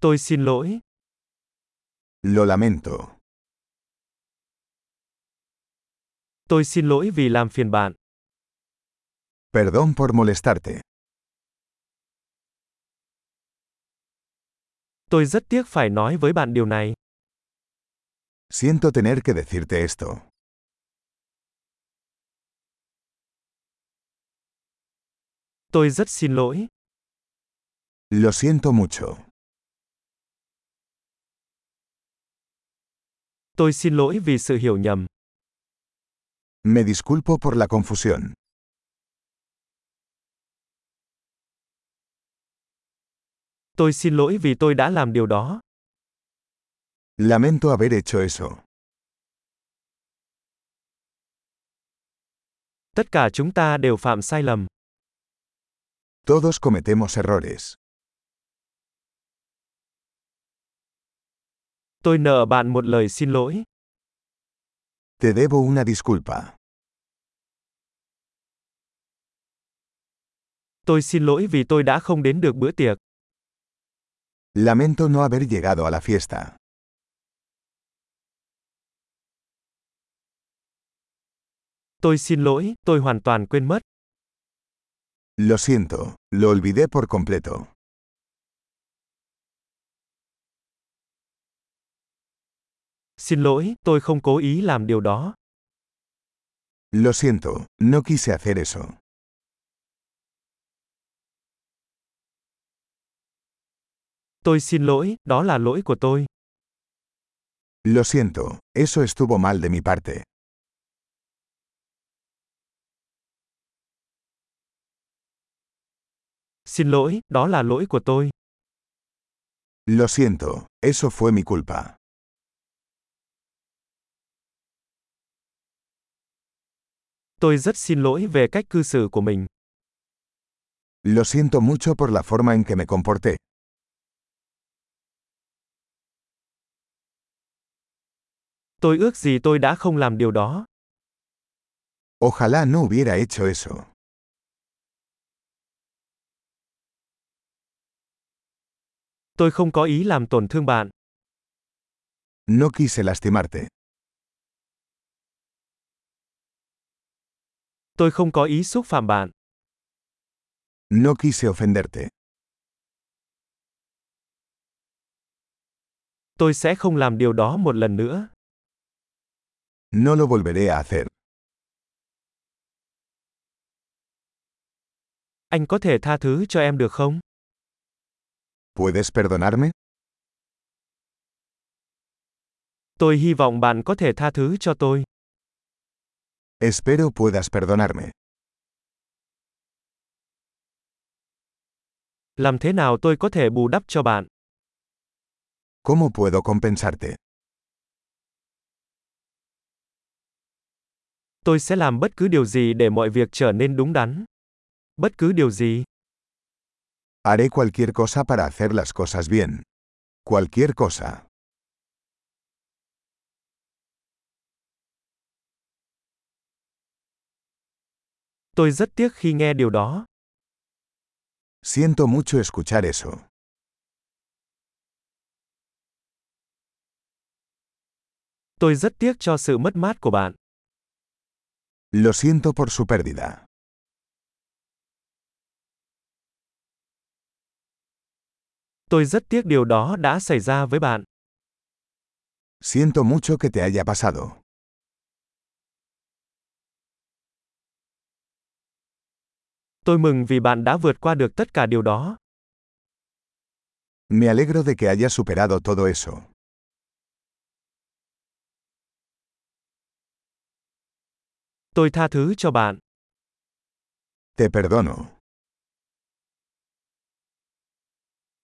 Tôi xin lỗi. Lo lamento. Tôi xin lỗi vì làm phiền bạn. Perdón por molestarte. Tôi rất tiếc phải nói với bạn điều này. Siento tener que decirte esto. Tôi rất xin lỗi. Lo siento mucho. Tôi xin lỗi vì sự hiểu nhầm. Me disculpo por la confusión. Tôi xin lỗi vì tôi đã làm điều đó. Lamento haber hecho eso. Tất cả chúng ta đều phạm sai lầm. Todos cometemos errores. Tôi nợ bạn một lời xin lỗi. Te debo una disculpa. Tôi xin lỗi vì tôi đã không đến được bữa tiệc. Lamento no haber llegado a la fiesta. Tôi xin lỗi, tôi hoàn toàn quên mất. Lo siento, lo olvidé por completo. Xin lỗi, tôi không cố ý làm điều đó. Lo siento, no quise hacer eso. Tôi xin lỗi, đó là lỗi của tôi. Lo siento, eso estuvo mal de mi parte. Xin lỗi, đó là lỗi của tôi. Lo siento, eso fue mi culpa. Tôi rất xin lỗi về cách cư xử của mình. Lo siento mucho por la forma en que me comporté. Tôi ước gì tôi đã không làm điều đó. Ojalá no hubiera hecho eso. Tôi không có ý làm tổn thương bạn. No quise lastimarte. Tôi không có ý xúc phạm bạn. No quise ofenderte. Tôi sẽ không làm điều đó một lần nữa. No lo volveré a hacer. Anh có thể tha thứ cho em được không? ¿Puedes perdonarme? Tôi hy vọng bạn có thể tha thứ cho tôi. Espero puedas perdonarme. Làm thế nào tôi có thể bù đắp cho bạn? ¿Cómo puedo compensarte? Tôi sẽ làm bất cứ điều gì để mọi việc trở nên đúng đắn. Bất cứ điều gì. Haré cualquier cosa para hacer las cosas bien. Cualquier cosa. Tôi rất tiếc khi nghe điều đó. Siento mucho escuchar eso. Tôi rất tiếc cho sự mất mát của bạn. Lo siento por su pérdida. Tôi rất tiếc điều đó đã xảy ra với bạn. Siento mucho que te haya pasado. Tôi mừng vì bạn đã vượt qua được tất cả điều đó. Me alegro de que hayas superado todo eso. Tôi tha thứ cho bạn. Te perdono.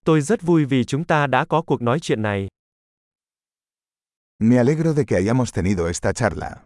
Tôi rất vui vì chúng ta đã có cuộc nói chuyện này. Me alegro de que hayamos tenido esta charla.